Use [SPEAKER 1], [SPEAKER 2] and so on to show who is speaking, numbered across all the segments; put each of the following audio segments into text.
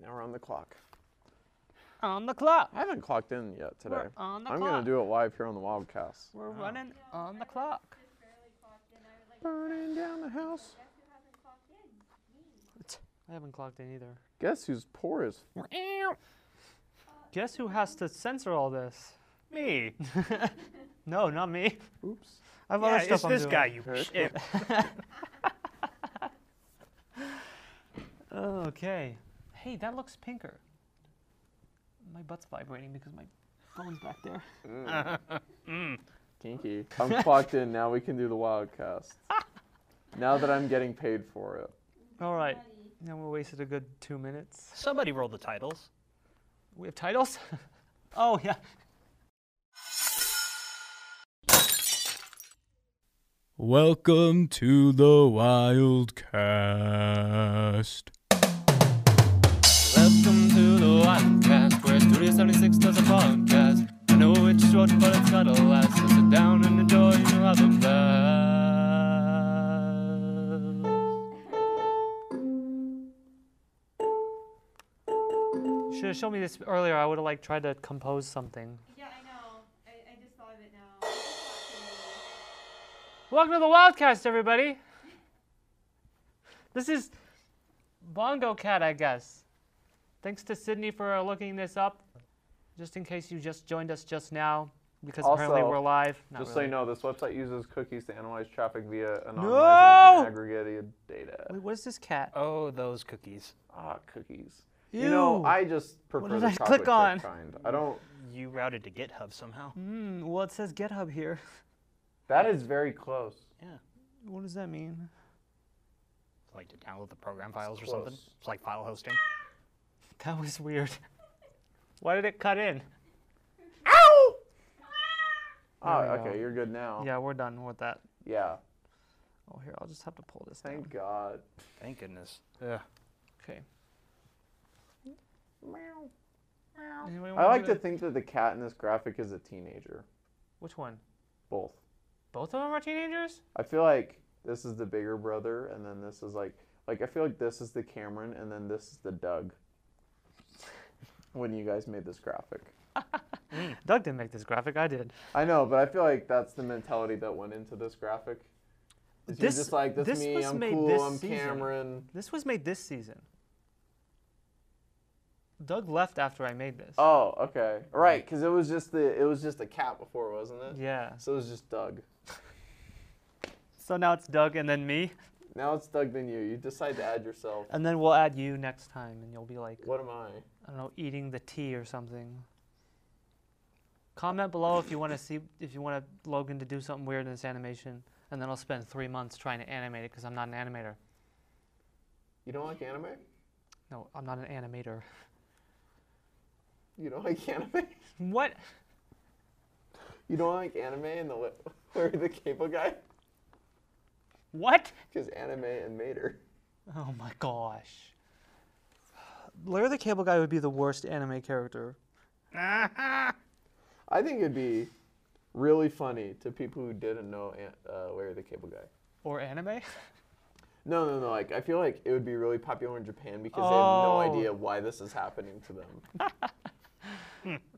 [SPEAKER 1] Now we're on the clock.
[SPEAKER 2] On the clock.
[SPEAKER 1] I haven't clocked in yet today.
[SPEAKER 2] We're on the
[SPEAKER 1] I'm
[SPEAKER 2] clock.
[SPEAKER 1] gonna do it live here on the Wildcast.
[SPEAKER 2] We're running on the clock.
[SPEAKER 3] Just barely clocked in. I was like,
[SPEAKER 1] Burning down the house.
[SPEAKER 3] guess who hasn't clocked in? Me.
[SPEAKER 2] I haven't clocked in either.
[SPEAKER 1] Guess who's poor as
[SPEAKER 2] Guess who has to censor all this? Me. no, not me.
[SPEAKER 1] oops.
[SPEAKER 2] I have
[SPEAKER 4] Yeah,
[SPEAKER 2] other stuff
[SPEAKER 4] it's
[SPEAKER 2] I'm
[SPEAKER 4] this
[SPEAKER 2] doing.
[SPEAKER 4] guy, you
[SPEAKER 1] Very
[SPEAKER 4] shit.
[SPEAKER 2] Okay. Hey, that looks pinker. My butt's vibrating because my phone's back there.
[SPEAKER 1] Kinky. I'm clocked in. Now we can do the Wildcast. now that I'm getting paid for it.
[SPEAKER 2] All right. Now we wasted a good two minutes.
[SPEAKER 4] Somebody roll the titles.
[SPEAKER 2] We have titles? oh, yeah.
[SPEAKER 5] Welcome to the Wildcast.
[SPEAKER 6] Welcome to the Wildcast, where Studio 76 does a podcast. I know it's short, but it's got a last. So sit down and enjoy your other blast.
[SPEAKER 2] Should have shown me this earlier. I would have like tried to compose something.
[SPEAKER 3] Yeah, I know. I, I just thought of it now. I just clocked in.
[SPEAKER 2] Welcome to the Wildcast, everybody. This is Bongo Cat, I guess. Thanks to Sydney for uh, looking this up. Just in case you just joined us just now, because apparently
[SPEAKER 1] Also,
[SPEAKER 2] we're live. Not
[SPEAKER 1] Just so
[SPEAKER 2] really.
[SPEAKER 1] you know, this website uses cookies to analyze traffic via anonymized
[SPEAKER 2] No!
[SPEAKER 1] and aggregated data.
[SPEAKER 2] Wait, what is this cat?
[SPEAKER 4] Oh, those cookies.
[SPEAKER 1] Ah, cookies. You know,
[SPEAKER 2] Ew.
[SPEAKER 1] I just prefer
[SPEAKER 2] did
[SPEAKER 1] the
[SPEAKER 2] I
[SPEAKER 1] chocolate
[SPEAKER 2] click
[SPEAKER 1] chip
[SPEAKER 2] on?
[SPEAKER 1] kind. I don't.
[SPEAKER 4] You routed to GitHub somehow.
[SPEAKER 2] Hmm, well, it says GitHub here.
[SPEAKER 1] That is very close.
[SPEAKER 4] Yeah.
[SPEAKER 2] What does that mean?
[SPEAKER 4] Like to download the program files or
[SPEAKER 1] close.
[SPEAKER 4] something. It's like file hosting.
[SPEAKER 2] That was weird. Why did it cut in?
[SPEAKER 1] Oh,
[SPEAKER 2] There we
[SPEAKER 1] okay.
[SPEAKER 2] go.
[SPEAKER 1] You're good now.
[SPEAKER 2] Yeah, we're done with that.
[SPEAKER 1] Yeah.
[SPEAKER 2] Oh, here, I'll just have to pull this down.
[SPEAKER 1] Thank God.
[SPEAKER 4] Thank goodness. Oh, Yeah.
[SPEAKER 2] Okay. Anybody
[SPEAKER 1] I
[SPEAKER 2] wanna
[SPEAKER 1] like
[SPEAKER 2] do
[SPEAKER 1] to
[SPEAKER 2] it?
[SPEAKER 1] think that the cat in this graphic is a teenager.
[SPEAKER 2] Which one?
[SPEAKER 1] Both.
[SPEAKER 2] Both of them are teenagers?
[SPEAKER 1] I feel like this is the bigger brother, and then this is like like I feel like this is the Cameron, and then this is the Doug. When you guys made this graphic,
[SPEAKER 2] Doug didn't make this graphic. I did.
[SPEAKER 1] I know, but I feel like that's the mentality that went into this graphic. Is
[SPEAKER 2] This-
[SPEAKER 1] you're just like this,
[SPEAKER 2] this
[SPEAKER 1] me,
[SPEAKER 2] was
[SPEAKER 1] I'm
[SPEAKER 2] made
[SPEAKER 1] cool,
[SPEAKER 2] this
[SPEAKER 1] I'm
[SPEAKER 2] season.
[SPEAKER 1] Cameron.
[SPEAKER 2] This was made this season. Doug left after I made this.
[SPEAKER 1] Oh, okay, right, because it was just the it was just a cat before, wasn't it?
[SPEAKER 2] Yeah.
[SPEAKER 1] So it was just Doug.
[SPEAKER 2] So now it's Doug and then me,
[SPEAKER 1] Now it's Doug than you. You decide to add yourself.
[SPEAKER 2] and then we'll add you next time, and you'll be like,
[SPEAKER 1] What am I?
[SPEAKER 2] I don't know, eating the tea or something. Comment below if you want to see if you want Logan to do something weird in this animation, and then I'll spend three months trying to animate it because I'm not an animator.
[SPEAKER 1] You don't like anime?
[SPEAKER 2] No, I'm not an animator.
[SPEAKER 1] You don't like anime?
[SPEAKER 2] What?
[SPEAKER 1] You don't like anime and the li- Larry the Cable Guy?
[SPEAKER 2] What?
[SPEAKER 1] Because anime and Mater.
[SPEAKER 2] Oh my gosh. Larry the Cable Guy would be the worst anime character.
[SPEAKER 1] I think it'd be really funny to people who didn't know An- uh, Larry the Cable Guy.
[SPEAKER 2] Or anime?
[SPEAKER 1] No, no, no. Like I feel like it would be really popular in Japan because they have
[SPEAKER 2] Oh.
[SPEAKER 1] no idea why this is happening to them.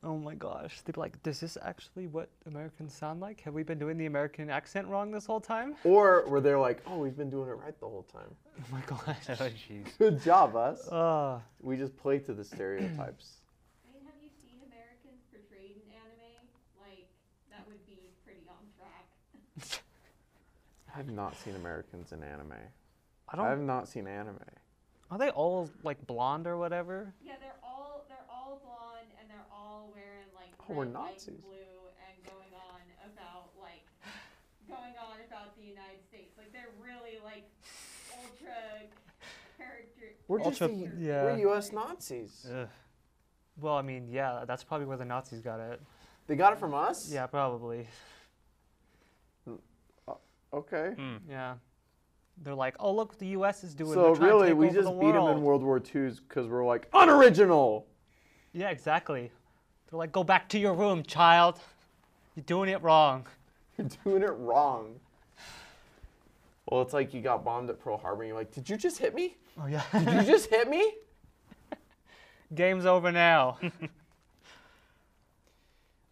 [SPEAKER 2] Oh my gosh. They'd be like, does this actually what Americans sound like? Have we been doing the American accent wrong this whole time?
[SPEAKER 1] or where they're like, "Oh, we've been doing it right the whole time.
[SPEAKER 2] Oh my gosh.
[SPEAKER 4] Oh, jeez.
[SPEAKER 1] Good job, us.
[SPEAKER 2] Uh,
[SPEAKER 1] We just play to the stereotypes."
[SPEAKER 3] I mean, have you seen Americans portrayed in anime? Like, that would be pretty on track.
[SPEAKER 1] I've not seen Americans in anime.
[SPEAKER 2] I
[SPEAKER 1] I've
[SPEAKER 2] don't.
[SPEAKER 1] not seen anime.
[SPEAKER 2] Are they all like blonde or whatever?
[SPEAKER 3] Yeah, they're all they're all blonde and they're all wearing like
[SPEAKER 1] Oh, we're
[SPEAKER 3] red, white,
[SPEAKER 1] Nazis.
[SPEAKER 3] and blue and going on about like going on about the United States. Like they're really like ultra character.
[SPEAKER 1] We're just
[SPEAKER 2] Ultra-
[SPEAKER 1] the-
[SPEAKER 2] yeah.
[SPEAKER 1] we're U.S. Nazis.
[SPEAKER 4] Ugh.
[SPEAKER 2] Well, I mean, yeah, that's probably where the Nazis got it.
[SPEAKER 1] They got it from us.
[SPEAKER 2] Yeah, probably.
[SPEAKER 1] Okay.
[SPEAKER 4] Mm.
[SPEAKER 2] Yeah. They're like, oh, look, the U.S. is doing
[SPEAKER 1] Hmm. So
[SPEAKER 2] they're trying to
[SPEAKER 1] really,
[SPEAKER 2] take
[SPEAKER 1] we
[SPEAKER 2] over
[SPEAKER 1] just
[SPEAKER 2] the
[SPEAKER 1] beat them
[SPEAKER 2] world."
[SPEAKER 1] in World War II's because we're like unoriginal.
[SPEAKER 2] Yeah, exactly. They're like, go back to your room, child. You're doing it wrong.
[SPEAKER 1] You're doing it wrong. Well, it's like you got bombed at Pearl Harbor. and You're like, did you just hit me?
[SPEAKER 2] Oh, yeah.
[SPEAKER 1] Did you just hit me?
[SPEAKER 2] Game's over now.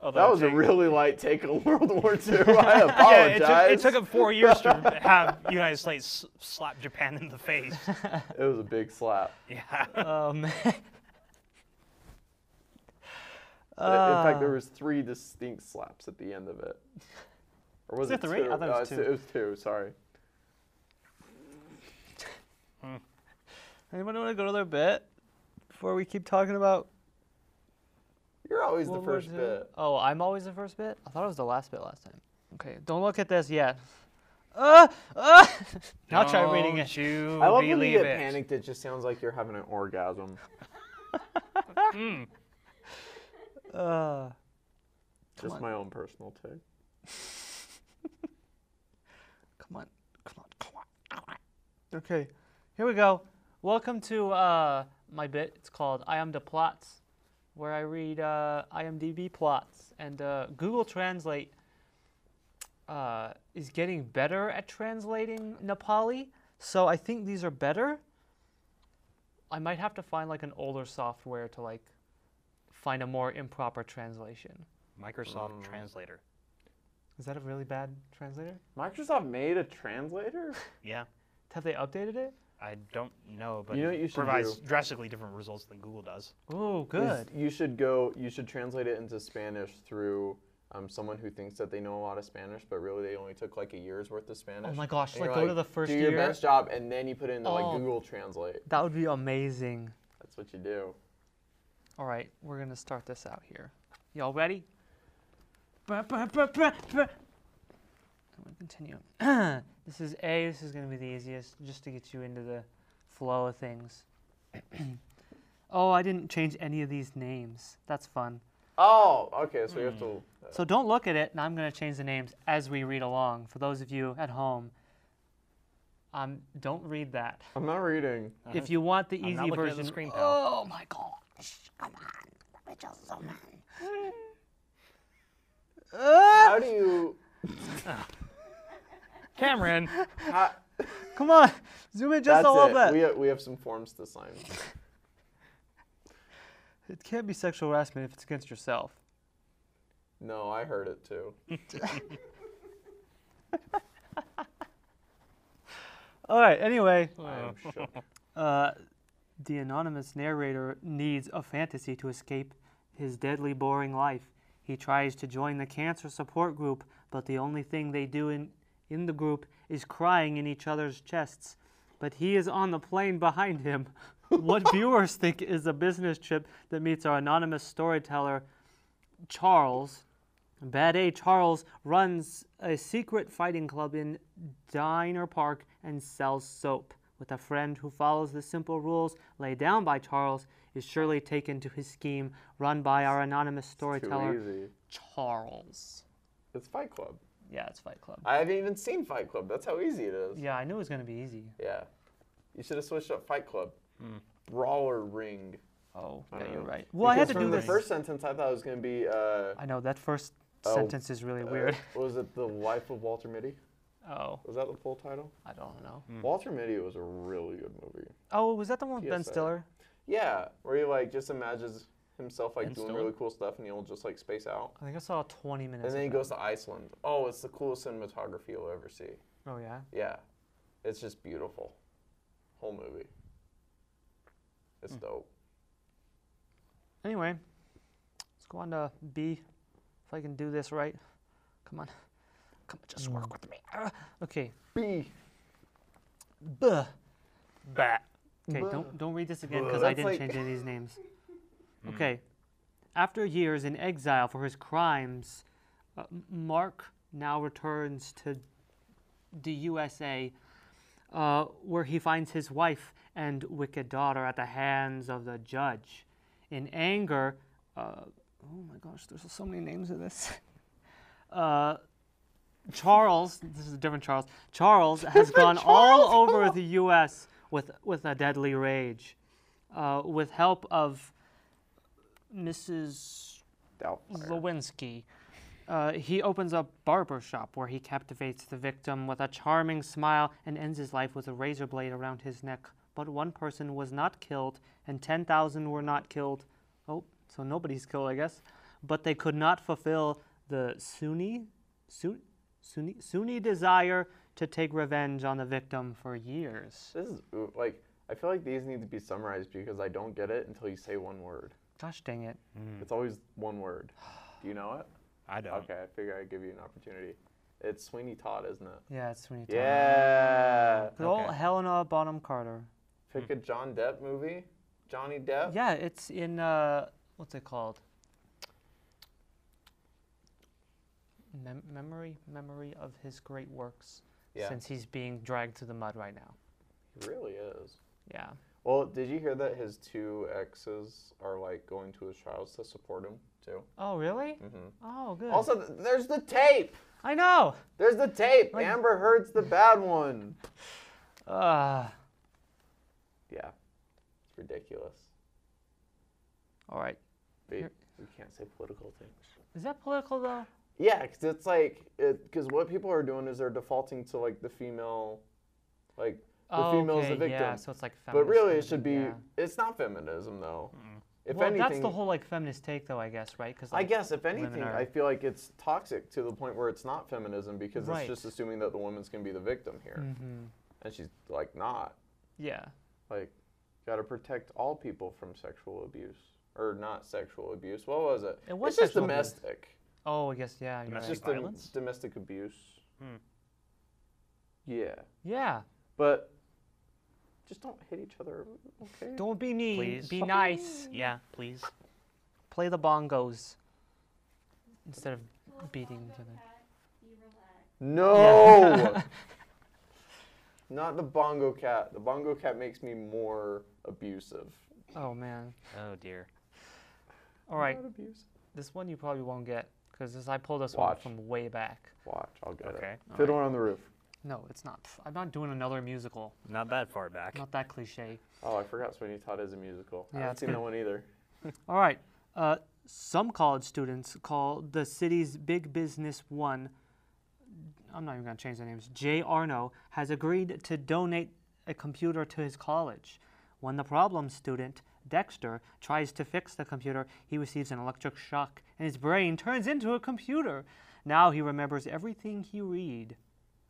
[SPEAKER 4] Although
[SPEAKER 1] That
[SPEAKER 4] it
[SPEAKER 1] was a
[SPEAKER 4] took-
[SPEAKER 1] really light take on World War II. I apologize.
[SPEAKER 4] Yeah, it took, it took him four years to have United States s- slap Japan in the face.
[SPEAKER 1] It was a big slap.
[SPEAKER 4] Yeah.
[SPEAKER 2] oh man.
[SPEAKER 1] in fact,
[SPEAKER 2] Uh.
[SPEAKER 1] there was three distinct slaps at the end of it. Or was
[SPEAKER 2] it
[SPEAKER 1] it,
[SPEAKER 2] three? I
[SPEAKER 1] two?
[SPEAKER 2] thought it
[SPEAKER 1] No,
[SPEAKER 2] was
[SPEAKER 1] it's-
[SPEAKER 2] two.
[SPEAKER 1] It was two. Sorry.
[SPEAKER 2] Anybody want to go to their bit before we keep talking about
[SPEAKER 1] You're always
[SPEAKER 2] World
[SPEAKER 1] the
[SPEAKER 2] War
[SPEAKER 1] first
[SPEAKER 2] II?
[SPEAKER 1] bit.
[SPEAKER 2] Oh, I'm always the first bit. I thought it was the last bit last time. Okay, don't look at this yet. Uh, uh. now try reading it.
[SPEAKER 4] Don't You
[SPEAKER 1] I love when you
[SPEAKER 4] believe
[SPEAKER 1] get
[SPEAKER 4] it.
[SPEAKER 1] panicked. It just sounds like you're having an orgasm.
[SPEAKER 2] Uh,
[SPEAKER 1] just
[SPEAKER 2] on.
[SPEAKER 1] my own personal take.
[SPEAKER 2] come on, come on, come on, come on. Okay, here we go. Welcome to uh, my bit. It's called I Am the Plots, where I read uh, IMDb plots. And uh, Google Translate uh, is getting better at translating Nepali, so I think these are better. I might have to find like an older software to like find a more improper translation.
[SPEAKER 4] Microsoft Translator.
[SPEAKER 2] Is that a really bad translator?
[SPEAKER 1] Microsoft made a translator.
[SPEAKER 4] Yeah.
[SPEAKER 2] Have they updated it?
[SPEAKER 4] I don't know, but
[SPEAKER 1] You know what
[SPEAKER 4] it
[SPEAKER 1] you should
[SPEAKER 4] provides
[SPEAKER 1] do?
[SPEAKER 4] drastically different results than Google does.
[SPEAKER 2] Oh,
[SPEAKER 1] is
[SPEAKER 2] good.
[SPEAKER 1] You should go. You should translate it into Spanish through um, someone who thinks that they know a lot of Spanish, but really they only took like a year's worth of Spanish.
[SPEAKER 2] Oh my gosh,
[SPEAKER 1] And you're
[SPEAKER 2] like, go to the first
[SPEAKER 1] do your
[SPEAKER 2] year."
[SPEAKER 1] best job, and then you put it into like
[SPEAKER 2] Oh.
[SPEAKER 1] Google Translate.
[SPEAKER 2] That would be amazing.
[SPEAKER 1] That's what you do.
[SPEAKER 2] All right, we're gonna start this out here. Y'all ready? Ba, ba, ba, ba, ba. I'm gonna continue. this is A, this is gonna be the easiest, just to get you into the flow of things. oh, I didn't change any of these names. That's fun.
[SPEAKER 1] Oh, okay. So you have to.
[SPEAKER 2] So don't look at it, and I'm gonna change the names as we read along. For those of you at home, um, don't read that.
[SPEAKER 1] I'm not reading.
[SPEAKER 2] If you want the
[SPEAKER 4] Uh-huh. I'm not
[SPEAKER 2] easy
[SPEAKER 4] looking at
[SPEAKER 2] version,
[SPEAKER 4] the screen, pal.
[SPEAKER 2] oh my gosh, come on, just come on.
[SPEAKER 1] How do you?
[SPEAKER 4] Cameron,
[SPEAKER 1] How,
[SPEAKER 2] Come on, zoom in just
[SPEAKER 1] that's
[SPEAKER 2] a little
[SPEAKER 1] it.
[SPEAKER 2] bit.
[SPEAKER 1] We have, we have some forms to sign.
[SPEAKER 2] It can't be sexual harassment if it's against yourself.
[SPEAKER 1] No, I heard it too.
[SPEAKER 2] All right. Anyway,
[SPEAKER 1] I'm
[SPEAKER 2] Oh.
[SPEAKER 1] shook.
[SPEAKER 2] uh, the anonymous narrator needs a fantasy to escape his deadly, boring life. He tries to join the cancer support group, but the only thing they do in, in the group is crying in each other's chests. But he is on the plane behind him. what viewers think is a business trip that meets our anonymous storyteller, Charles. Bad A Charles runs a secret fighting club in Diner Park and sells soap. With a friend who follows the simple rules laid down by Charles, is surely taken to his scheme run by our anonymous
[SPEAKER 1] Too
[SPEAKER 2] storyteller,
[SPEAKER 1] easy.
[SPEAKER 2] Charles.
[SPEAKER 1] It's Fight Club.
[SPEAKER 2] Yeah, it's Fight Club.
[SPEAKER 1] I haven't even seen Fight Club. That's how easy it is.
[SPEAKER 2] Yeah, I knew it was going to be easy.
[SPEAKER 1] Yeah. You should have switched up Fight Club. Brawler Ring.
[SPEAKER 2] Oh,
[SPEAKER 1] I
[SPEAKER 2] yeah,
[SPEAKER 1] don't
[SPEAKER 2] you're
[SPEAKER 1] know.
[SPEAKER 2] right. Hmm. Well, I had to
[SPEAKER 1] Because from
[SPEAKER 2] do
[SPEAKER 1] the
[SPEAKER 2] this.
[SPEAKER 1] first sentence, I thought it was going to be, uh,
[SPEAKER 2] I know, that first
[SPEAKER 1] Oh,
[SPEAKER 2] sentence is really weird.
[SPEAKER 1] uh, what was it The Life of Walter Mitty?
[SPEAKER 2] Oh,
[SPEAKER 1] Was that the full title?
[SPEAKER 2] I don't know.
[SPEAKER 1] Walter Mitty was a really good movie.
[SPEAKER 2] Oh, was that the one with Ben
[SPEAKER 1] PSI.
[SPEAKER 2] Stiller?
[SPEAKER 1] Yeah, where he like just imagines himself like
[SPEAKER 4] Ben
[SPEAKER 1] doing
[SPEAKER 4] Stiller?
[SPEAKER 1] really cool stuff and he'll just like space out.
[SPEAKER 2] I think I saw 20 minutes.
[SPEAKER 1] And then
[SPEAKER 2] of
[SPEAKER 1] he
[SPEAKER 2] that.
[SPEAKER 1] goes to Iceland. Oh, it's the coolest cinematography you'll ever see.
[SPEAKER 2] Oh, yeah.
[SPEAKER 1] Yeah, it's just beautiful. Whole movie. It's
[SPEAKER 2] Hmm.
[SPEAKER 1] dope.
[SPEAKER 2] Anyway, let's go on to B. If I can do this right. Come on. Come on, just
[SPEAKER 1] Mm.
[SPEAKER 2] work with me. Ah, Okay.
[SPEAKER 1] B.
[SPEAKER 2] Buh.
[SPEAKER 4] bat.
[SPEAKER 2] Okay,
[SPEAKER 1] Buh.
[SPEAKER 2] don't don't read this again
[SPEAKER 1] Buh.
[SPEAKER 2] because I
[SPEAKER 1] That's
[SPEAKER 2] didn't
[SPEAKER 1] like-
[SPEAKER 2] change any of these names. Okay. After years in exile for his crimes, uh, M- Mark now returns to the USA, uh, where he finds his wife and wicked daughter at the hands of the judge. In anger, uh, oh my gosh, there's so many names of this. Uh, Charles, this is a different Charles. Charles has gone all over the U.S. with with a deadly rage, uh, with help of Mrs.
[SPEAKER 1] Doubtfire.
[SPEAKER 2] Lewinsky. Uh, he opens a barber shop where he captivates the victim with a charming smile and ends his life with a razor blade around his neck. but one person was not killed and 10,000 were not killed. Oh, so nobody's killed, I guess. But they could not fulfill the Sunni, Sun, Sunni, Sunni desire to take revenge on the victim for years.
[SPEAKER 1] This is ooh, like I feel like these need to be summarized because I don't get it until you say one word.
[SPEAKER 2] Gosh dang it.
[SPEAKER 1] It's always one word. Do you know it?
[SPEAKER 4] I don't.
[SPEAKER 1] Okay, I figure I'd give you an opportunity. It's Sweeney Todd, isn't it?
[SPEAKER 2] Yeah, it's Sweeney Todd.
[SPEAKER 1] Yeah.
[SPEAKER 2] Good old Helena Bonham Carter.
[SPEAKER 1] Pick a John Depp movie. Johnny Depp.
[SPEAKER 2] Yeah, it's in uh, what's it called? Mem- memory, memory of his great works.
[SPEAKER 1] Yeah.
[SPEAKER 2] Since he's being dragged through the mud right now.
[SPEAKER 1] He really is.
[SPEAKER 2] Yeah.
[SPEAKER 1] Well, did you hear that his two exes are like going to his trials to support him too? Mm-hmm.
[SPEAKER 2] Oh really? Oh good.
[SPEAKER 1] Mm. Also, th- there's the tape.
[SPEAKER 2] I know.
[SPEAKER 1] There's the tape. Amber Heard's the bad one.
[SPEAKER 2] Uh,
[SPEAKER 1] Yeah, it's ridiculous.
[SPEAKER 2] all right.
[SPEAKER 1] But
[SPEAKER 2] Here-
[SPEAKER 1] we can't say political things.
[SPEAKER 2] Is that political though?
[SPEAKER 1] Yeah, because it's like, because what people are doing is they're defaulting to like the female, like the
[SPEAKER 2] oh,
[SPEAKER 1] female's the
[SPEAKER 2] okay,
[SPEAKER 1] victim.
[SPEAKER 2] Yeah. So it's like.
[SPEAKER 1] but
[SPEAKER 2] feminist
[SPEAKER 1] really, it
[SPEAKER 2] feminism,
[SPEAKER 1] should be.
[SPEAKER 2] yeah.
[SPEAKER 1] It's not feminism though. If
[SPEAKER 2] well,
[SPEAKER 1] anything,
[SPEAKER 2] that's the whole like feminist take though, I guess, right? Because
[SPEAKER 1] I
[SPEAKER 2] like,
[SPEAKER 1] guess if
[SPEAKER 2] women
[SPEAKER 1] anything,
[SPEAKER 2] are-
[SPEAKER 1] I feel like it's toxic to the point where it's not feminism because
[SPEAKER 2] Right. Mm.
[SPEAKER 1] it's just assuming that the woman's gonna be the victim here, and she's like not.
[SPEAKER 2] mm-hmm. Yeah.
[SPEAKER 1] Like, gotta protect all people from sexual abuse or not sexual abuse. What was it?
[SPEAKER 2] It was
[SPEAKER 1] it's just
[SPEAKER 2] sexual abuse.
[SPEAKER 1] domestic.
[SPEAKER 2] Oh, I guess yeah. You're
[SPEAKER 1] It's
[SPEAKER 2] right.
[SPEAKER 1] just dom-
[SPEAKER 4] violence?
[SPEAKER 1] domestic abuse.
[SPEAKER 4] Hmm.
[SPEAKER 1] Yeah,
[SPEAKER 2] Yeah.
[SPEAKER 1] but just don't hit each other. Okay.
[SPEAKER 2] Don't be mean.
[SPEAKER 4] Please.
[SPEAKER 2] Be nice.
[SPEAKER 4] Yeah, please.
[SPEAKER 2] play the bongos instead of beating each other.
[SPEAKER 3] Cat, you relax.
[SPEAKER 1] No. Not the bongo cat. The bongo cat makes me more abusive.
[SPEAKER 2] Oh man.
[SPEAKER 4] Oh dear.
[SPEAKER 2] All right,
[SPEAKER 1] Not abusive.
[SPEAKER 2] this one you probably won't get because this I pulled this
[SPEAKER 1] Watch.
[SPEAKER 2] one from way back.
[SPEAKER 1] Watch, I'll get
[SPEAKER 4] Okay.
[SPEAKER 1] it. Fiddler on the Roof.
[SPEAKER 2] No, it's not. Pff, I'm not doing another musical.
[SPEAKER 4] Not that far back.
[SPEAKER 2] Not that cliche.
[SPEAKER 1] Oh, I forgot Sweeney Todd is a musical. I
[SPEAKER 2] Yeah,
[SPEAKER 1] haven't
[SPEAKER 2] it's
[SPEAKER 1] seen that one either.
[SPEAKER 2] All right. Uh, some college students call the city's big business one. I'm not even going to change the names. Jay Arno has agreed to donate a computer to his college. When the problem student, Dexter, tries to fix the computer, he receives an electric shock and his brain turns into a computer. Now he remembers everything he read.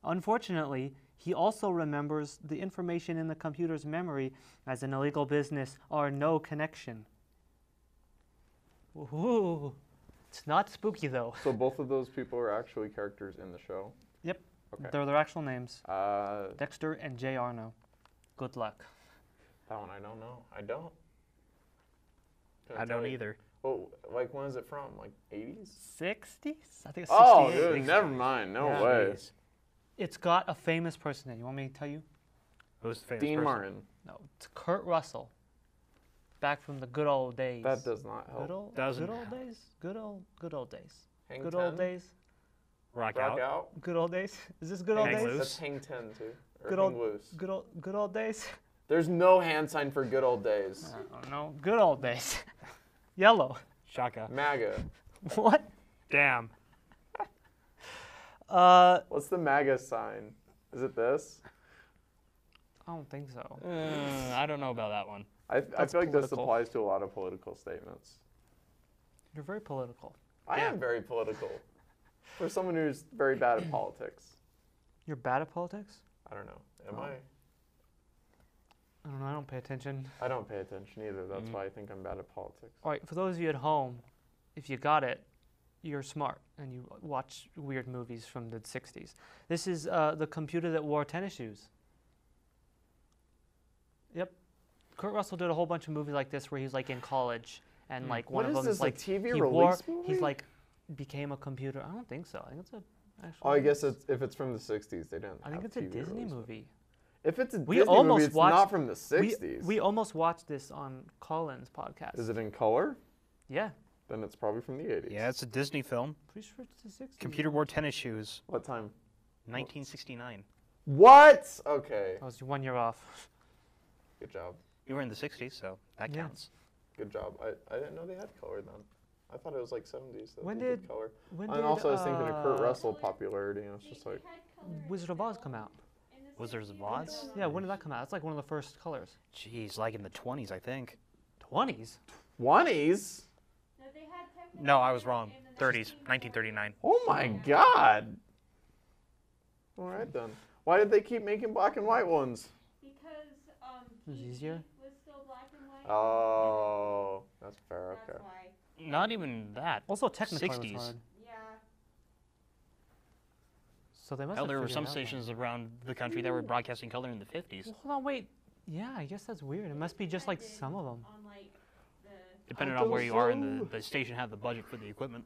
[SPEAKER 2] Unfortunately, he also remembers the information in the computer's memory as an illegal business or no connection. Ooh. It's not spooky though.
[SPEAKER 1] So both of those people are actually characters in the show.
[SPEAKER 2] Yep.
[SPEAKER 1] Okay.
[SPEAKER 2] They're their actual names.
[SPEAKER 1] Uh,
[SPEAKER 2] Dexter and Jay Arno. Good luck.
[SPEAKER 1] that one I don't know. I don't. Couldn't
[SPEAKER 4] I
[SPEAKER 1] tell
[SPEAKER 4] don't
[SPEAKER 1] you.
[SPEAKER 4] either.
[SPEAKER 1] Oh, like when is it from? Like 80s?
[SPEAKER 2] 60s? I think it's 68.
[SPEAKER 1] Oh, dude, never mind. No
[SPEAKER 2] Yeah.
[SPEAKER 1] way.
[SPEAKER 2] It's got a famous person in it. You want me to tell you?
[SPEAKER 4] Who's the famous
[SPEAKER 1] Dean
[SPEAKER 4] person?
[SPEAKER 1] Martin.
[SPEAKER 2] No. It's Kurt Russell. Back from the good old days.
[SPEAKER 1] That does not help.
[SPEAKER 2] Good old,
[SPEAKER 4] Doesn't
[SPEAKER 2] good old
[SPEAKER 4] help.
[SPEAKER 2] days? Good old, good old days.
[SPEAKER 1] Hang
[SPEAKER 2] good old
[SPEAKER 1] 10?
[SPEAKER 2] days?
[SPEAKER 4] Rock,
[SPEAKER 1] Rock
[SPEAKER 4] out.
[SPEAKER 1] out.
[SPEAKER 2] Good old days? Is this good old
[SPEAKER 4] Hang
[SPEAKER 2] days?
[SPEAKER 4] loose.
[SPEAKER 1] That's Hang 10 too. Or
[SPEAKER 2] Good
[SPEAKER 1] hang
[SPEAKER 2] old,
[SPEAKER 1] loose.
[SPEAKER 2] good old, good old days?
[SPEAKER 1] There's no hand sign for good old days.
[SPEAKER 2] I don't know. Good old days. Yellow.
[SPEAKER 4] Shaka.
[SPEAKER 1] MAGA.
[SPEAKER 2] What?
[SPEAKER 4] Damn.
[SPEAKER 2] Uh,
[SPEAKER 1] What's the MAGA sign? Is it this?
[SPEAKER 2] I don't think so.
[SPEAKER 4] Mm,
[SPEAKER 6] Uh, I don't know about that one.
[SPEAKER 1] I, I feel like this
[SPEAKER 2] political.
[SPEAKER 1] applies to a lot of political statements.
[SPEAKER 2] You're very political.
[SPEAKER 1] I am very political. For someone who's very bad at politics. Oh.
[SPEAKER 2] You're bad at politics?
[SPEAKER 1] I don't know. Am I?
[SPEAKER 2] I don't know. I don't pay attention.
[SPEAKER 1] I don't pay attention either. That's
[SPEAKER 2] Mm.
[SPEAKER 1] why I think I'm bad at politics.
[SPEAKER 2] All right, for those of you at home, if you got it, you're smart and you watch weird movies from the 60s. This is uh, the computer that wore tennis shoes. Yep. Kurt Russell did a whole bunch of movies like this where he was like in college and like one
[SPEAKER 1] Hmm. What
[SPEAKER 2] of
[SPEAKER 1] is
[SPEAKER 2] them
[SPEAKER 1] this, a
[SPEAKER 2] like
[SPEAKER 1] TV
[SPEAKER 2] he
[SPEAKER 1] release
[SPEAKER 2] wore
[SPEAKER 1] movie?
[SPEAKER 2] he's like became a computer. I don't think so. I think it's a actual
[SPEAKER 1] Oh, I guess it's, if it's from the 60s, they didn't.
[SPEAKER 2] I think
[SPEAKER 1] have
[SPEAKER 2] it's a
[SPEAKER 1] TV
[SPEAKER 2] Disney
[SPEAKER 1] release.
[SPEAKER 2] movie.
[SPEAKER 1] If it's a
[SPEAKER 2] We
[SPEAKER 1] Disney
[SPEAKER 2] almost
[SPEAKER 1] movie, it's not
[SPEAKER 2] watched-
[SPEAKER 1] from the
[SPEAKER 2] We-
[SPEAKER 1] 60s.
[SPEAKER 2] We, almost watched this on Colin's podcast.
[SPEAKER 1] is it in color?
[SPEAKER 2] Yeah,
[SPEAKER 1] Then it's probably from the 80s.
[SPEAKER 4] Yeah, it's a Disney film.
[SPEAKER 2] pretty sure it's the 60s.
[SPEAKER 4] Computer wore tennis shoes.
[SPEAKER 1] What time?
[SPEAKER 4] 1969.
[SPEAKER 1] What? Okay.
[SPEAKER 2] I was one year off.
[SPEAKER 1] Good job.
[SPEAKER 4] You were in the 60s, so that
[SPEAKER 2] Yeah.
[SPEAKER 4] counts.
[SPEAKER 1] Good job. I, I didn't know they had color then. I thought it was like 70s. That
[SPEAKER 2] When
[SPEAKER 1] they did,
[SPEAKER 2] did-
[SPEAKER 1] color.
[SPEAKER 2] when
[SPEAKER 1] and
[SPEAKER 2] did,
[SPEAKER 1] also, I was thinking of Kurt
[SPEAKER 2] uh,
[SPEAKER 1] Russell popularity, and I was
[SPEAKER 3] We-
[SPEAKER 1] just
[SPEAKER 3] we
[SPEAKER 1] like,
[SPEAKER 3] had color in
[SPEAKER 2] Wizard
[SPEAKER 3] the
[SPEAKER 2] of Oz
[SPEAKER 3] middle,
[SPEAKER 2] come out.
[SPEAKER 3] in the
[SPEAKER 4] Wizards of Oz?
[SPEAKER 2] Yeah, when did that come out? That's like one of the first colors.
[SPEAKER 4] Jeez, like in the 20s, I think.
[SPEAKER 2] 20s?
[SPEAKER 1] Twenties.
[SPEAKER 3] No, they had Captain
[SPEAKER 4] No, I was
[SPEAKER 3] America
[SPEAKER 4] wrong.
[SPEAKER 3] in the
[SPEAKER 4] 30s,
[SPEAKER 3] 1940s.
[SPEAKER 4] 1939.
[SPEAKER 1] Oh my god. All right then. Why did they keep making black and white ones?
[SPEAKER 3] Because um,
[SPEAKER 2] It was
[SPEAKER 3] Pete
[SPEAKER 2] easier.
[SPEAKER 3] was still black and white.
[SPEAKER 1] Oh, that's fair.
[SPEAKER 3] That's
[SPEAKER 1] Okay.
[SPEAKER 3] why.
[SPEAKER 4] Not even that.
[SPEAKER 2] Also, technically, 60s.
[SPEAKER 4] 60s.
[SPEAKER 3] Yeah.
[SPEAKER 2] So they must
[SPEAKER 4] Hell,
[SPEAKER 2] have
[SPEAKER 4] there were
[SPEAKER 2] figured
[SPEAKER 4] some
[SPEAKER 2] it out then.
[SPEAKER 4] stations around the country that were broadcasting color in the 50s,
[SPEAKER 2] Well, hold on, wait. Yeah, I guess that's weird. It must be just like some of them.
[SPEAKER 3] On like the
[SPEAKER 4] depending on where
[SPEAKER 1] thought
[SPEAKER 4] you are
[SPEAKER 1] so.
[SPEAKER 4] and the, the station had the budget for the equipment.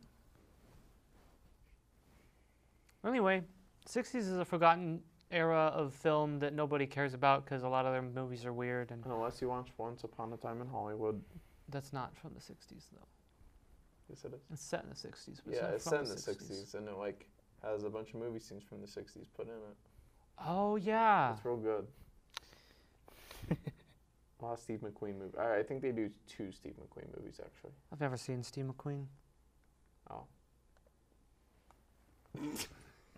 [SPEAKER 2] Anyway, 60s is a forgotten era of film that nobody cares about because a lot of their movies are weird, and
[SPEAKER 1] Unless you watch Once Upon a Time in Hollywood.
[SPEAKER 2] that's not from the 60s, though.
[SPEAKER 1] Yes, it is.
[SPEAKER 2] It's set in the 60s. But
[SPEAKER 1] yeah,
[SPEAKER 2] not
[SPEAKER 1] it's
[SPEAKER 2] from
[SPEAKER 1] set in the 60s, and it like has a bunch of movie scenes from the 60s put in it.
[SPEAKER 2] Oh, yeah.
[SPEAKER 1] It's real good. A lot of Steve McQueen movies. I I think they do two Steve McQueen movies actually.
[SPEAKER 2] I've never seen Steve McQueen.
[SPEAKER 1] Oh,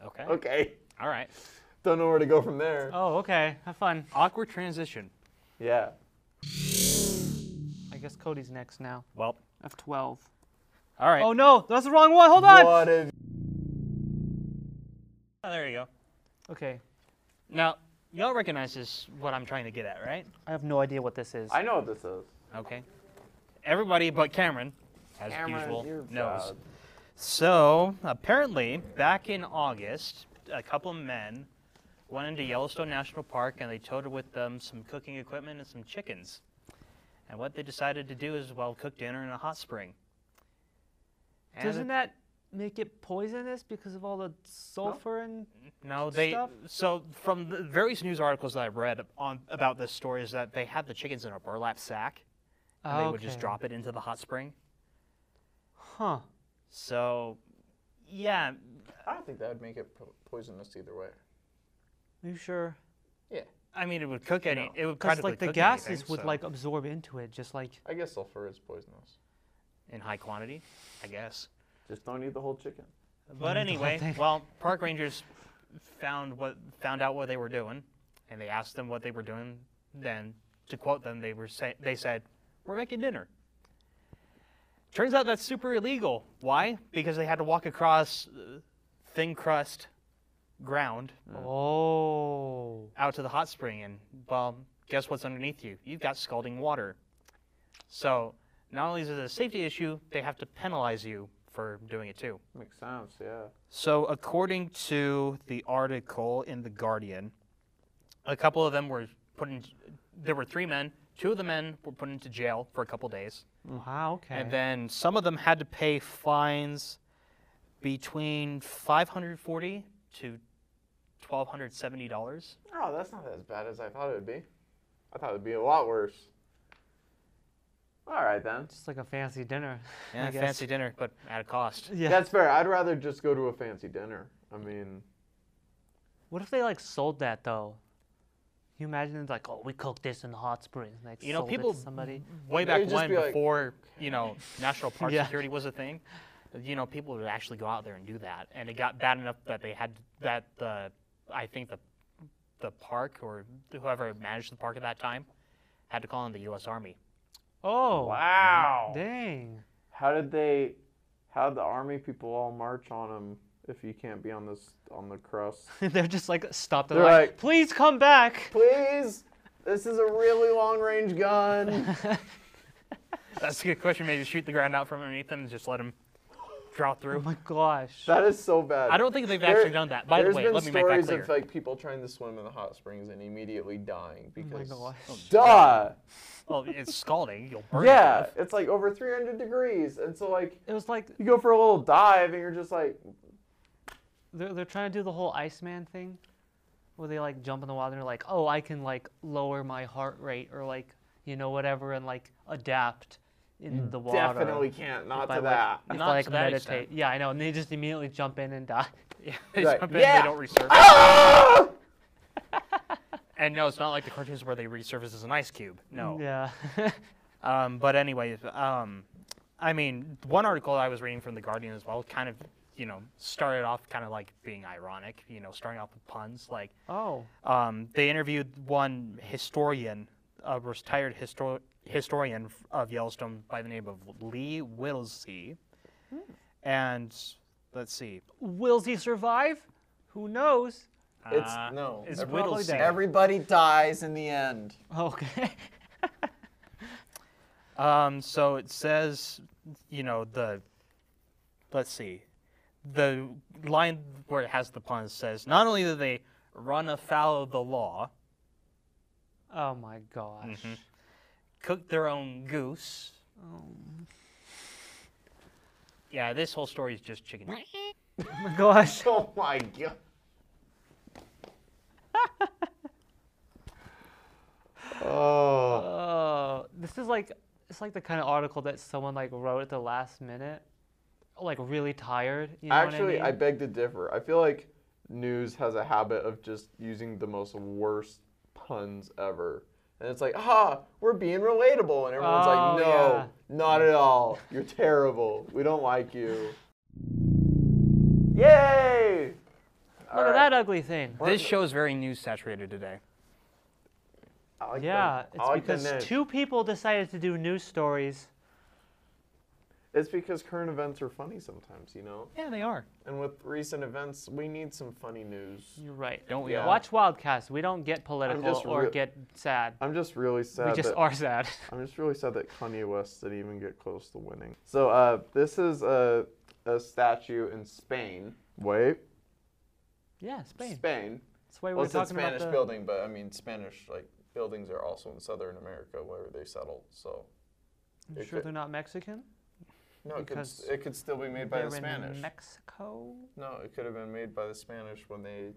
[SPEAKER 4] Okay.
[SPEAKER 1] okay.
[SPEAKER 4] All right.
[SPEAKER 1] Don't know where to go from there.
[SPEAKER 2] Oh, okay. Have fun.
[SPEAKER 4] Awkward transition.
[SPEAKER 1] Yeah.
[SPEAKER 2] I guess Cody's next now.
[SPEAKER 4] Well,
[SPEAKER 2] F12.
[SPEAKER 4] all right.
[SPEAKER 2] Oh, no. That's the wrong one. Hold on.
[SPEAKER 1] What have
[SPEAKER 4] Oh, there you go.
[SPEAKER 2] Okay.
[SPEAKER 4] Now, y'all recognize this, what I'm trying to get at, right?
[SPEAKER 2] I have no idea what this is.
[SPEAKER 1] I know what this is.
[SPEAKER 4] Okay. Everybody but Cameron, as usual,
[SPEAKER 1] you're
[SPEAKER 4] knows.
[SPEAKER 1] bad.
[SPEAKER 4] So, apparently, back in August, a couple of men went into Yellowstone National Park and they towed with them some cooking equipment and some chickens. And what they decided to do is, well, cook dinner in a hot spring. And
[SPEAKER 2] Doesn't that make it poisonous because of all the sulfur and
[SPEAKER 4] No, they.
[SPEAKER 2] stuff?
[SPEAKER 4] So from the various news articles that I've read on about this story is that they had the chickens in a burlap sack and they would just
[SPEAKER 2] Oh. Okay.
[SPEAKER 4] drop it into the hot spring.
[SPEAKER 2] Huh.
[SPEAKER 4] So, yeah,
[SPEAKER 1] I don't think that would make it po- poisonous either way.
[SPEAKER 2] Are you sure?
[SPEAKER 1] Yeah.
[SPEAKER 4] I mean it would cook any.
[SPEAKER 1] No.
[SPEAKER 4] It would
[SPEAKER 2] Because
[SPEAKER 4] practically
[SPEAKER 2] like the
[SPEAKER 4] cook
[SPEAKER 2] gases
[SPEAKER 4] anything,
[SPEAKER 2] would
[SPEAKER 4] so-
[SPEAKER 2] like absorb into it, just like
[SPEAKER 1] I guess sulfur is poisonous.
[SPEAKER 4] in high quantity, I guess.
[SPEAKER 1] Just don't eat the whole chicken.
[SPEAKER 4] But
[SPEAKER 2] need the whole
[SPEAKER 4] anyway,
[SPEAKER 2] thing.
[SPEAKER 4] well, park rangers found what found out what they were doing, and they asked them what they were doing. Then, to quote them, they were say, they said, "We're making dinner." Turns out that's super illegal. Why? Because they had to walk across uh, thin crust ground
[SPEAKER 2] oh.
[SPEAKER 4] out to the hot spring, and well, guess what's underneath you? You've got scalding water. So not only is it a safety issue, they have to penalize you for doing it too.
[SPEAKER 1] Makes sense. Yeah.
[SPEAKER 4] So, according to the article in The Guardian, a couple of them were put in, there were three men. Two of the men were put into jail for a couple days.
[SPEAKER 2] Mm. Wow. Okay.
[SPEAKER 4] And then some of them had to pay fines between 540 to $1,270.
[SPEAKER 1] Oh, that's not as bad as I thought it would be. I thought it would be a lot worse. All right then.
[SPEAKER 2] just like a fancy dinner.
[SPEAKER 4] Yeah,
[SPEAKER 2] I guess.
[SPEAKER 4] fancy dinner, but at a cost.
[SPEAKER 2] Yeah.
[SPEAKER 1] That's fair. I'd rather just go to a fancy dinner. I mean,
[SPEAKER 2] What if they like sold that though? Can you imagine it's like, oh, we cooked this in the hot springs. And, like,
[SPEAKER 4] You know,
[SPEAKER 2] sold it to
[SPEAKER 4] people-
[SPEAKER 2] somebody.
[SPEAKER 4] Way
[SPEAKER 1] They'd
[SPEAKER 4] back
[SPEAKER 1] just
[SPEAKER 4] when,
[SPEAKER 1] be like-
[SPEAKER 4] before, you know, national park
[SPEAKER 2] Yeah.
[SPEAKER 4] security was a thing, you know, people would actually go out there and do that. And it got bad enough that they had, that the, I think the, the park or whoever managed the park at that time had to call in the U.S. Army.
[SPEAKER 2] Oh.
[SPEAKER 1] wow.
[SPEAKER 2] Dang.
[SPEAKER 1] How did they? How the army people all march on them if you can't be on this on the crust?
[SPEAKER 2] They're just like stopped. They're
[SPEAKER 1] They're
[SPEAKER 2] like,
[SPEAKER 1] like-
[SPEAKER 2] please come back.
[SPEAKER 1] Please, this is a really long range gun.
[SPEAKER 4] That's a good question. Maybe shoot the ground out from underneath them and just let them draw
[SPEAKER 2] Oh
[SPEAKER 4] through.
[SPEAKER 2] my gosh.
[SPEAKER 1] that is so bad.
[SPEAKER 4] I don't think they've
[SPEAKER 1] There-
[SPEAKER 4] actually done that. By the
[SPEAKER 1] There's
[SPEAKER 4] way,
[SPEAKER 1] been
[SPEAKER 4] let me make that
[SPEAKER 1] stories
[SPEAKER 4] clear.
[SPEAKER 1] of like people trying to swim in the hot springs and immediately dying
[SPEAKER 2] oh my
[SPEAKER 1] because.
[SPEAKER 2] gosh.
[SPEAKER 1] Duh.
[SPEAKER 4] well, it's scalding. You'll burn. to
[SPEAKER 1] Yeah,
[SPEAKER 4] death.
[SPEAKER 1] it's like over 300 degrees, and so like
[SPEAKER 2] It was like
[SPEAKER 1] you go for a little dive, and you're just like,
[SPEAKER 2] They're, they're trying to do the whole Iceman thing where they like jump in the water and they're like, oh, I can like lower my heart rate or like, you know, whatever and like adapt in the water.
[SPEAKER 1] definitely can't, not
[SPEAKER 2] if I,
[SPEAKER 1] to
[SPEAKER 2] like-
[SPEAKER 1] that.
[SPEAKER 2] If I
[SPEAKER 4] Not
[SPEAKER 2] like
[SPEAKER 4] to that
[SPEAKER 2] meditate.
[SPEAKER 4] extent.
[SPEAKER 2] Yeah, I know. And they just immediately jump in and die.
[SPEAKER 4] Yeah. They
[SPEAKER 1] Right.
[SPEAKER 4] jump in,
[SPEAKER 1] Yeah.
[SPEAKER 4] They don't resurface.
[SPEAKER 1] Ah!
[SPEAKER 4] And no, it's not like the cartoons where they resurface as an ice cube. No.
[SPEAKER 2] Yeah.
[SPEAKER 4] Um, but anyways, um, I mean, one article I was reading from the Guardian as well kind of you know, started off kind of like being ironic, you know, starting off with puns. Like,
[SPEAKER 2] Oh,
[SPEAKER 4] um, they interviewed one historian, a retired histor- historian f- of Yellowstone by the name of Lee Whittlesey.
[SPEAKER 1] Hmm.
[SPEAKER 4] And let's see.
[SPEAKER 2] will he survive? Who knows?
[SPEAKER 1] It's
[SPEAKER 4] uh,
[SPEAKER 1] no.
[SPEAKER 4] It's
[SPEAKER 1] Everybody-
[SPEAKER 4] Whittlesey.
[SPEAKER 1] Everybody dies in the end.
[SPEAKER 2] Okay.
[SPEAKER 4] Um, so it says, you know, the, let's see, the line where it has the pun says, not only do they run afoul of the law,
[SPEAKER 2] oh my gosh.
[SPEAKER 4] Mm-hmm. cook their own goose. Um. Yeah, this whole story is just chicken.
[SPEAKER 2] Oh my gosh.
[SPEAKER 1] Oh my god. oh.
[SPEAKER 2] Oh, this is like it's like the kind of article that someone like wrote at the last minute, like really tired. You know
[SPEAKER 1] Actually,
[SPEAKER 2] what
[SPEAKER 1] I
[SPEAKER 2] I mean?
[SPEAKER 1] beg to differ. I feel like news has a habit of just using the most worst puns ever. And it's like, ah, we're being relatable. And everyone's
[SPEAKER 2] Oh,
[SPEAKER 1] like, no,
[SPEAKER 2] yeah.
[SPEAKER 1] not at all. You're terrible. We don't like you. Yay!
[SPEAKER 2] look
[SPEAKER 1] uh,
[SPEAKER 2] at that ugly thing.
[SPEAKER 4] This show is very news saturated today.
[SPEAKER 1] I like the-
[SPEAKER 2] Yeah,
[SPEAKER 1] I
[SPEAKER 2] it's
[SPEAKER 1] like the
[SPEAKER 2] because
[SPEAKER 1] name.
[SPEAKER 2] two people decided to do news stories.
[SPEAKER 1] It's because current events are funny sometimes, you know?
[SPEAKER 4] Yeah, they are.
[SPEAKER 1] And with recent events, we need some funny news.
[SPEAKER 2] You're right.
[SPEAKER 4] Don't we
[SPEAKER 1] Yeah.
[SPEAKER 4] all?
[SPEAKER 2] Watch Wildcast. We don't get political
[SPEAKER 1] just
[SPEAKER 2] or
[SPEAKER 1] real-
[SPEAKER 2] get sad.
[SPEAKER 1] I'm just really sad.
[SPEAKER 2] We just
[SPEAKER 1] that,
[SPEAKER 2] are sad.
[SPEAKER 1] I'm just really sad that Kanye West didn't even get close to winning. So uh, this is a, a statue in Spain. Wait,
[SPEAKER 2] yeah, Spain.
[SPEAKER 1] Spain.
[SPEAKER 2] That's why we
[SPEAKER 1] Well,
[SPEAKER 2] we're
[SPEAKER 1] it's a
[SPEAKER 2] talking
[SPEAKER 1] Spanish
[SPEAKER 2] about the.
[SPEAKER 1] building, but I mean Spanish like buildings are also in Southern America where they settled. So
[SPEAKER 2] You
[SPEAKER 1] It
[SPEAKER 2] sure
[SPEAKER 1] could-
[SPEAKER 2] they're not Mexican?
[SPEAKER 1] no, it could,
[SPEAKER 2] Because
[SPEAKER 1] it could still be made by the
[SPEAKER 2] They're in
[SPEAKER 1] Spanish.
[SPEAKER 2] Mexico.
[SPEAKER 1] no, it could have been made by the Spanish when they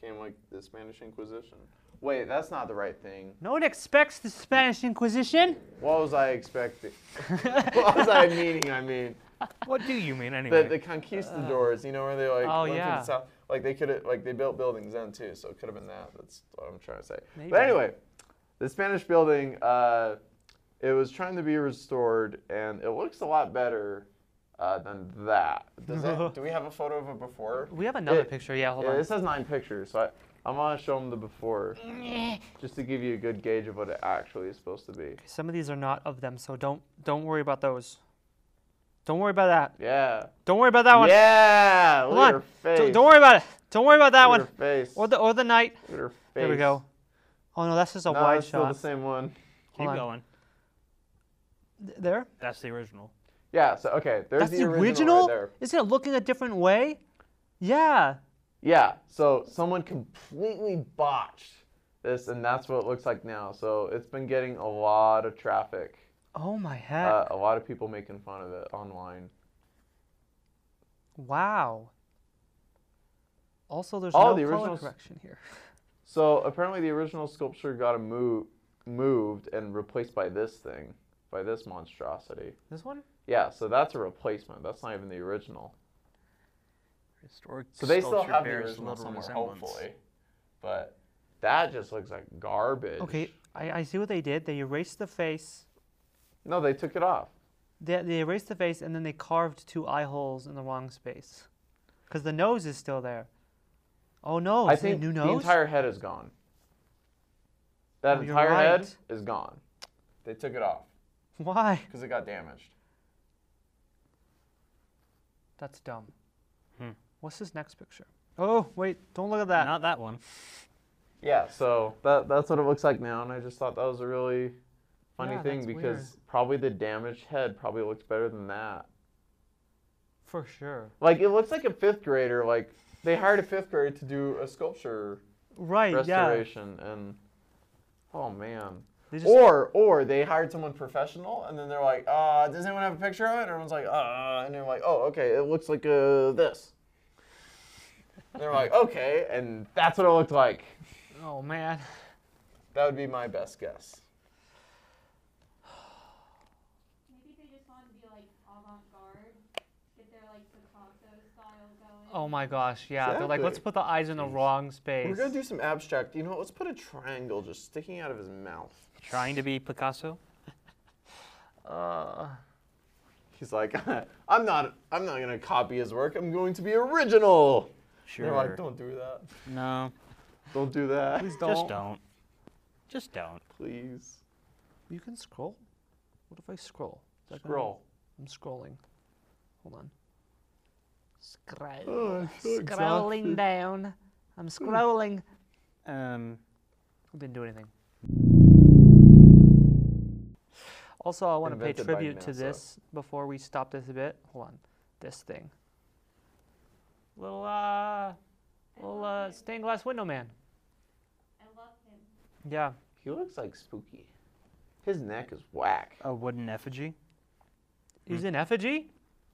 [SPEAKER 1] came like the Spanish Inquisition. Wait, that's not the right thing.
[SPEAKER 2] No one expects the Spanish Inquisition.
[SPEAKER 1] What was I expecting? what was I meaning? I mean.
[SPEAKER 4] What do you mean anyway?
[SPEAKER 1] The, the conquistadors, you know, where they like
[SPEAKER 2] Oh,
[SPEAKER 1] went to
[SPEAKER 2] yeah.
[SPEAKER 1] the south. Like they could have, like they built buildings then too, so it could have been that. That's what I'm trying to say.
[SPEAKER 2] Maybe.
[SPEAKER 1] But anyway, the Spanish building, uh, it was trying to be restored, and it looks a lot better uh, than that. Does that. Do we have a photo of it before?
[SPEAKER 2] We have another
[SPEAKER 1] It-
[SPEAKER 2] picture. Yeah, hold
[SPEAKER 1] Yeah,
[SPEAKER 2] on.
[SPEAKER 1] this has nine pictures, so I, I'm gonna show them the before, just to give you a good gauge of what it actually is supposed to be.
[SPEAKER 2] Some of these are not of them, so don't don't worry about those. Don't worry about that.
[SPEAKER 1] Yeah.
[SPEAKER 2] Don't worry about that one.
[SPEAKER 1] Yeah.
[SPEAKER 2] Hold
[SPEAKER 1] look at
[SPEAKER 2] on.
[SPEAKER 1] her
[SPEAKER 2] Don't-
[SPEAKER 1] face.
[SPEAKER 2] Don't, worry about it. Don't worry about that
[SPEAKER 1] Look
[SPEAKER 2] one.
[SPEAKER 1] at her face.
[SPEAKER 2] Or the or the night.
[SPEAKER 1] Look at her face.
[SPEAKER 2] There we go. Oh no, that's just a
[SPEAKER 1] No,
[SPEAKER 2] wide
[SPEAKER 1] it's still the
[SPEAKER 2] shot.
[SPEAKER 1] same one.
[SPEAKER 4] Keep
[SPEAKER 2] Hold on.
[SPEAKER 4] going.
[SPEAKER 2] Th- There.
[SPEAKER 4] That's the original.
[SPEAKER 1] Yeah. So okay, there's
[SPEAKER 2] That's
[SPEAKER 1] the original, right there.
[SPEAKER 2] Isn't it looking a different way? Yeah.
[SPEAKER 1] Yeah. So someone completely botched this, and that's what it looks like now. So it's been getting a lot of traffic.
[SPEAKER 2] Oh my heck.
[SPEAKER 1] Uh, a lot of people making fun of it online.
[SPEAKER 2] wow. Also, there's
[SPEAKER 1] All
[SPEAKER 2] no
[SPEAKER 1] Oh, the
[SPEAKER 2] color
[SPEAKER 1] originals-
[SPEAKER 2] correction here.
[SPEAKER 1] So apparently, the original sculpture got a move, moved and replaced by this thing, by this monstrosity.
[SPEAKER 2] This one?
[SPEAKER 1] Yeah. So that's a replacement. That's not even the original.
[SPEAKER 4] Historic
[SPEAKER 1] So they still
[SPEAKER 4] sculpture
[SPEAKER 1] have the
[SPEAKER 4] bears
[SPEAKER 1] original
[SPEAKER 4] little
[SPEAKER 1] somewhere,
[SPEAKER 4] resemblance.
[SPEAKER 1] hopefully. But that just looks like garbage.
[SPEAKER 2] Okay, I, I see what they did. They erased the face.
[SPEAKER 1] No, they took it off.
[SPEAKER 2] They, they erased the face and then they carved two eye holes in the wrong space. Because the nose is still there. Oh no,
[SPEAKER 1] I
[SPEAKER 2] is it a
[SPEAKER 1] think
[SPEAKER 2] new
[SPEAKER 1] the
[SPEAKER 2] nose?
[SPEAKER 1] entire head is gone. That
[SPEAKER 2] Oh, you're
[SPEAKER 1] entire head
[SPEAKER 2] right.
[SPEAKER 1] is gone. They took it off
[SPEAKER 2] Why?
[SPEAKER 1] because it got damaged.
[SPEAKER 2] That's dumb. What's this next picture? Oh, wait, don't look at that.
[SPEAKER 4] Not that one.
[SPEAKER 1] Yeah, so that that's what it looks like now, and I just thought that was a really funny
[SPEAKER 2] Yeah,
[SPEAKER 1] thing
[SPEAKER 2] that's
[SPEAKER 1] because probably the damaged head probably looks better than that.
[SPEAKER 2] For sure.
[SPEAKER 1] Like it looks like a fifth grader. Like they hired a fifth grader to do a sculpture
[SPEAKER 2] Right, yeah.
[SPEAKER 1] restoration, and oh man.
[SPEAKER 2] They just-
[SPEAKER 1] Or or they hired someone professional and then they're like, uh, does anyone have a picture of it? And everyone's like, uh, and they're like, oh, okay, it looks like uh, this. And they're like, okay, and that's what it looked like.
[SPEAKER 2] Oh man.
[SPEAKER 1] That would be my best guess.
[SPEAKER 3] Maybe they just want to be like avant-garde, get their like Picasso style going.
[SPEAKER 2] Oh my gosh, yeah. They're like, let's
[SPEAKER 1] Exactly.
[SPEAKER 2] put the eyes in the wrong space.
[SPEAKER 1] We're gonna do some abstract. You know what? Let's put a triangle just sticking out of his mouth.
[SPEAKER 4] Trying to be Picasso.
[SPEAKER 2] uh,
[SPEAKER 1] He's like, I'm not, I'm not gonna copy his work. I'm going to be original.
[SPEAKER 4] Sure.
[SPEAKER 1] They're like, don't do that.
[SPEAKER 4] no.
[SPEAKER 1] Don't do that. Please
[SPEAKER 4] Just don't. Just don't.
[SPEAKER 1] Please.
[SPEAKER 2] You can scroll. What if I scroll? Is that gonna-
[SPEAKER 1] Scroll.
[SPEAKER 2] I'm scrolling. Hold on. Scroll.
[SPEAKER 1] Oh, I'm so
[SPEAKER 2] Scrolling down. I'm scrolling.
[SPEAKER 4] Um.
[SPEAKER 2] I didn't do anything. Also, I want to pay
[SPEAKER 1] Invented by
[SPEAKER 2] tribute to
[SPEAKER 1] NASA.
[SPEAKER 2] this before we stop this a bit. Hold on. This thing. Little, uh, little uh, stained glass window man.
[SPEAKER 3] I love him.
[SPEAKER 2] Yeah.
[SPEAKER 1] He looks like spooky. His neck is whack.
[SPEAKER 4] A wooden effigy.
[SPEAKER 1] Hmm.
[SPEAKER 2] He's in effigy?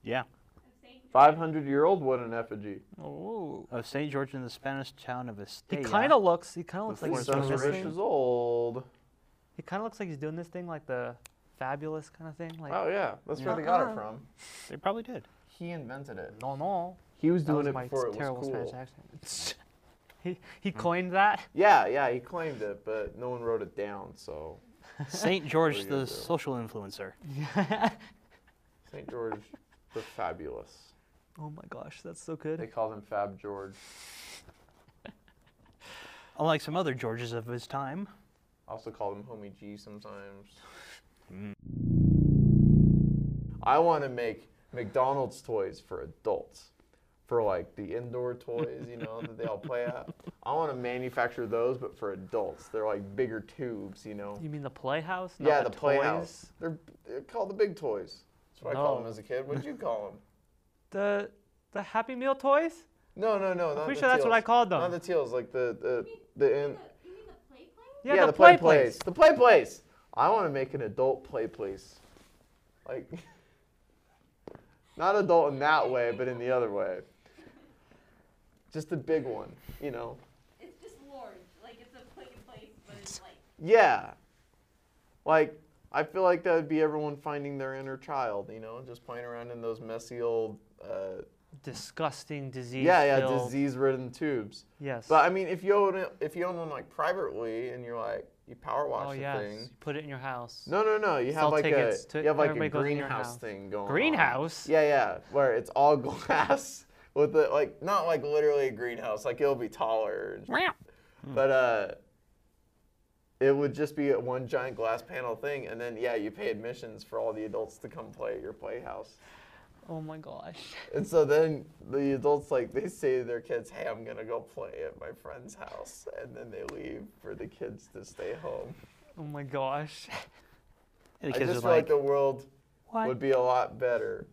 [SPEAKER 4] Yeah.
[SPEAKER 3] I'm saying
[SPEAKER 1] 500 year old wooden effigy.
[SPEAKER 2] Oh.
[SPEAKER 4] Of St. George in the Spanish town of
[SPEAKER 2] He
[SPEAKER 4] Estella.
[SPEAKER 2] kind of looks. He kind of looks like
[SPEAKER 1] He's
[SPEAKER 2] he's
[SPEAKER 4] Before
[SPEAKER 2] doing
[SPEAKER 1] as
[SPEAKER 2] this
[SPEAKER 1] rich
[SPEAKER 2] thing.
[SPEAKER 1] as old.
[SPEAKER 2] He kind of looks like he's doing this thing, like the fabulous kind of thing. Like,
[SPEAKER 1] Oh yeah, that's where they got
[SPEAKER 2] Uh-uh.
[SPEAKER 1] it from.
[SPEAKER 4] They probably did.
[SPEAKER 1] He invented it.
[SPEAKER 2] no, no.
[SPEAKER 1] He was
[SPEAKER 2] That
[SPEAKER 1] doing
[SPEAKER 2] was
[SPEAKER 1] it
[SPEAKER 2] my
[SPEAKER 1] before it was
[SPEAKER 2] terrible
[SPEAKER 1] cool. Hmm.
[SPEAKER 2] Spanish accent. he he coined that.
[SPEAKER 1] Yeah, yeah, he claimed it, but no one wrote it down. So
[SPEAKER 4] St.
[SPEAKER 1] What
[SPEAKER 4] George
[SPEAKER 1] are you gonna
[SPEAKER 4] the
[SPEAKER 1] do?
[SPEAKER 4] social influencer.
[SPEAKER 1] St. George the Fabulous.
[SPEAKER 2] Oh my gosh, that's so
[SPEAKER 1] They
[SPEAKER 2] good.
[SPEAKER 1] called him Fab George.
[SPEAKER 4] Unlike some other Georges of his time.
[SPEAKER 1] Also called him Homie G sometimes.
[SPEAKER 2] Mm.
[SPEAKER 1] I want to make McDonald's toys for adults, for like the indoor toys, you know, that they all play at. I want to manufacture those, but for adults. They're like bigger tubes, you know.
[SPEAKER 2] You mean the playhouse? Not
[SPEAKER 1] yeah,
[SPEAKER 2] the,
[SPEAKER 1] the, playhouse. They're, they're called the big toys. That's what I called them
[SPEAKER 2] No.
[SPEAKER 1] as a kid. What'd you call them?
[SPEAKER 2] toys? The the Happy Meal toys?
[SPEAKER 1] No, no, no. not
[SPEAKER 2] pretty
[SPEAKER 1] the
[SPEAKER 2] sure that's what
[SPEAKER 1] teals.
[SPEAKER 2] I called them.
[SPEAKER 1] Not the teals, like the the the. In,
[SPEAKER 3] the- You mean the play play?
[SPEAKER 2] Yeah,
[SPEAKER 1] the, play place. The play place. I want to make an adult play place. Like, not adult in that way, but in the other way. Just the big one, you know?
[SPEAKER 3] It's just large. Like it's a play place, but it's like
[SPEAKER 1] Yeah. Like, I feel like that would be everyone finding their inner child, you know? Just playing around in those messy old, uh,
[SPEAKER 2] Disgusting disease.
[SPEAKER 1] yeah, yeah, disease ridden tubes.
[SPEAKER 2] Yes.
[SPEAKER 1] But I mean, if you own it, if you own one like privately and you're like, you power wash
[SPEAKER 2] oh
[SPEAKER 1] the
[SPEAKER 2] yes.
[SPEAKER 1] thing.
[SPEAKER 2] You put it in your house.
[SPEAKER 1] No, no, no. You
[SPEAKER 2] Sell
[SPEAKER 1] have like a
[SPEAKER 2] tickets to-
[SPEAKER 1] you have like a
[SPEAKER 2] everybody goes in your
[SPEAKER 1] greenhouse
[SPEAKER 2] house.
[SPEAKER 1] thing going. on.
[SPEAKER 2] Greenhouse?
[SPEAKER 1] Yeah, yeah. Where it's all glass with the like not like literally a greenhouse. Like it'll be taller, and-
[SPEAKER 2] Hmm.
[SPEAKER 1] but uh, it would just be a one giant glass panel thing, and then yeah, you pay admissions for all the adults to come play at your playhouse.
[SPEAKER 2] Oh my gosh.
[SPEAKER 1] And so then the adults like they say to their kids, "Hey, I'm gonna go play at my friend's house," and then they leave for the kids to stay home.
[SPEAKER 2] Oh my gosh.
[SPEAKER 4] The
[SPEAKER 1] I
[SPEAKER 4] kids
[SPEAKER 1] just
[SPEAKER 4] are
[SPEAKER 1] feel like
[SPEAKER 4] like,
[SPEAKER 1] the world
[SPEAKER 2] What?
[SPEAKER 1] would be a lot better.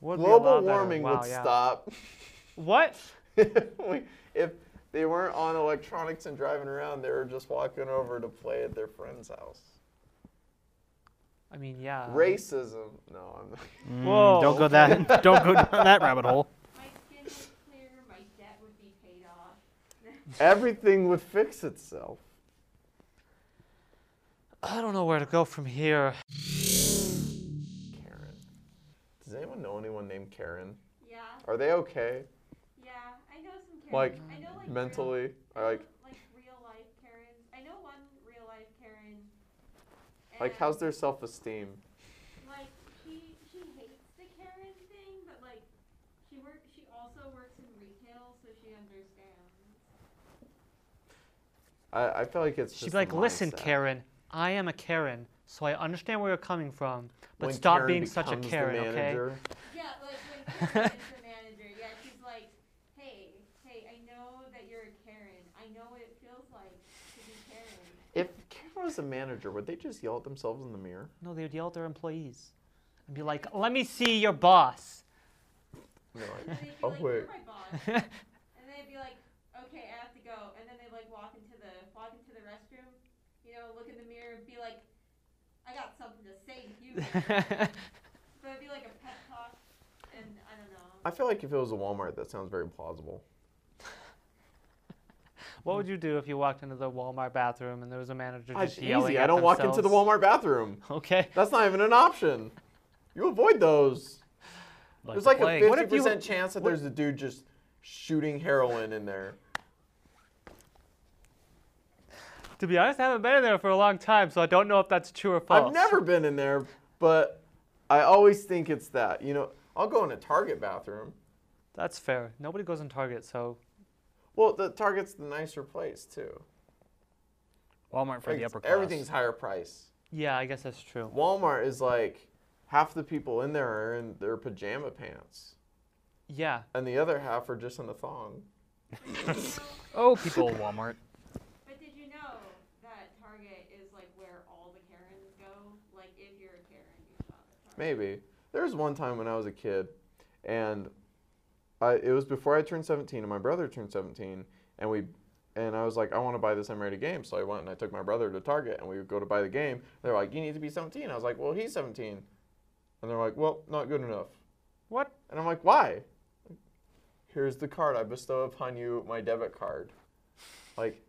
[SPEAKER 2] Would be a
[SPEAKER 1] Global
[SPEAKER 2] lot better.
[SPEAKER 1] warming
[SPEAKER 2] Wow,
[SPEAKER 1] would
[SPEAKER 2] yeah.
[SPEAKER 1] stop
[SPEAKER 2] What?
[SPEAKER 1] We- if they weren't on electronics and driving around. They were just walking over to play at their friend's house.
[SPEAKER 2] I mean, yeah.
[SPEAKER 1] Racism? No, I'm not.
[SPEAKER 4] "Mm,
[SPEAKER 2] Whoa.
[SPEAKER 4] don't go that don't go down that rabbit hole.
[SPEAKER 3] my skin was clear, my debt would be paid off.
[SPEAKER 1] Everything would fix itself.
[SPEAKER 2] I don't know where to go from here.
[SPEAKER 1] Karen. Does anyone know anyone named Karen?
[SPEAKER 3] Yeah,
[SPEAKER 1] Are they okay
[SPEAKER 3] yeah. I know some
[SPEAKER 1] Like,
[SPEAKER 3] Karens. I know, like Real,
[SPEAKER 1] mentally?
[SPEAKER 3] I
[SPEAKER 1] Or
[SPEAKER 3] know,
[SPEAKER 1] like,
[SPEAKER 3] like real life Karens. I know one real life Karen.
[SPEAKER 1] like
[SPEAKER 3] and-
[SPEAKER 1] how's their self-esteem?
[SPEAKER 3] like she she hates the Karen thing, but like she work she also works in retail, so she understands.
[SPEAKER 1] I, I feel like it's.
[SPEAKER 2] She'd
[SPEAKER 1] just
[SPEAKER 2] be like,
[SPEAKER 1] the
[SPEAKER 2] listen,
[SPEAKER 1] mindset.
[SPEAKER 2] Karen, I am a Karen, so I understand where you're coming from, but
[SPEAKER 1] When
[SPEAKER 2] stop
[SPEAKER 1] Karen
[SPEAKER 2] being such a
[SPEAKER 1] becomes the
[SPEAKER 2] Karen, okay?
[SPEAKER 1] manager,
[SPEAKER 3] Yeah, like when Karen is the manager, yeah, she's like, hey, hey, I know that you're a Karen. I know what it feels like to be Karen.
[SPEAKER 1] If Karen was a manager, would they just yell at themselves in the mirror?
[SPEAKER 2] No, they would yell at their employees and be like, let me see your boss.
[SPEAKER 1] And they're like,
[SPEAKER 3] And then they'd be
[SPEAKER 1] Oh,
[SPEAKER 3] like, you're
[SPEAKER 1] wait.
[SPEAKER 3] my boss. and they'd be like, okay, I have to go. And then they'd like walk into the walk into the restroom, you know, look in the mirror and be like, I got something to say to you. So it'd be like a pep talk, and I don't know.
[SPEAKER 1] I feel like if it was a Walmart, that sounds very plausible.
[SPEAKER 2] what would you do if you walked into the Walmart bathroom and there was a manager
[SPEAKER 1] Ah,
[SPEAKER 2] just
[SPEAKER 1] it's
[SPEAKER 2] yelling
[SPEAKER 1] easy.
[SPEAKER 2] at
[SPEAKER 1] I don't walk into the
[SPEAKER 2] themselves?
[SPEAKER 1] Walmart bathroom.
[SPEAKER 2] Okay.
[SPEAKER 1] That's not even an option. You avoid those. There's like a
[SPEAKER 4] Plague.
[SPEAKER 1] fifty
[SPEAKER 2] you-
[SPEAKER 1] percent chance that there's a dude just shooting heroin in there.
[SPEAKER 2] To be honest, I haven't been in there for a long time, so I don't know if that's true or false.
[SPEAKER 1] I've never been in there, but I always think it's that. You know, I'll go in a Target bathroom.
[SPEAKER 7] That's fair. Nobody goes in Target, so
[SPEAKER 1] Well, the Target's the nicer place too.
[SPEAKER 4] Walmart for
[SPEAKER 1] Like,
[SPEAKER 4] the upper class.
[SPEAKER 1] everything's higher price.
[SPEAKER 7] yeah, I guess that's true.
[SPEAKER 1] Walmart is like half the people in there are in their pajama pants,
[SPEAKER 7] Yeah,
[SPEAKER 1] and the other half are just in a thong.
[SPEAKER 4] Oh, people at Walmart.
[SPEAKER 3] But did you know that Target is like where all the Karens go? Like if you're a Karen, you shop at Target.
[SPEAKER 1] Maybe. There was one time when I was a kid, and I, it was before I turned 17, and my brother turned 17, and we, and I was like, I want to buy this M-rated game, so I went and I took my brother to Target, and we would go to buy the game. They're like, you need to be 17. I was like, well, he's 17, and they're like, well, not good enough.
[SPEAKER 7] What?
[SPEAKER 1] And I'm like, why? Here's the card I bestow upon you, my debit card. Like,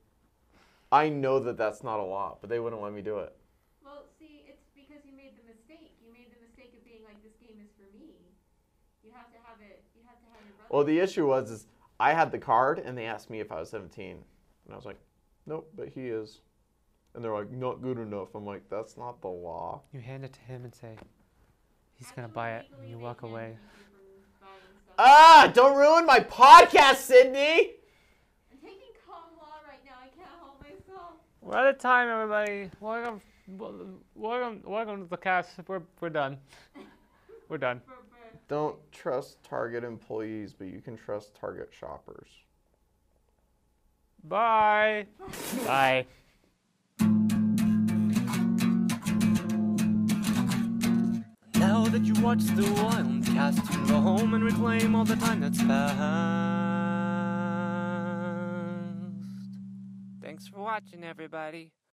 [SPEAKER 1] I know that that's not a lot, but they wouldn't let me do it.
[SPEAKER 3] Well, see, it's because you made the mistake. You made the mistake of being like, this game is for me. You have to have it. You have to have your brother.
[SPEAKER 1] Well, the issue was is I had the card and they asked me if I was 17, and I was like, nope, but he is. And they're like, not good enough. I'm like, that's not the law.
[SPEAKER 7] you hand it to him and say, he's gonna buy it, and you walk away.
[SPEAKER 1] Ah, don't ruin my podcast, Sydney.
[SPEAKER 3] I'm taking common law right now. I can't hold myself.
[SPEAKER 7] We're out of time, everybody. Welcome, wel- welcome, welcome to the cast. We're we're done. We're done.
[SPEAKER 3] Brr, brr.
[SPEAKER 1] Don't trust Target employees, but you can trust Target shoppers.
[SPEAKER 7] Bye.
[SPEAKER 4] Bye.
[SPEAKER 6] Now that you watch the Wildcast, you can go home and reclaim all the time that's passed. Thanks for watching, everybody.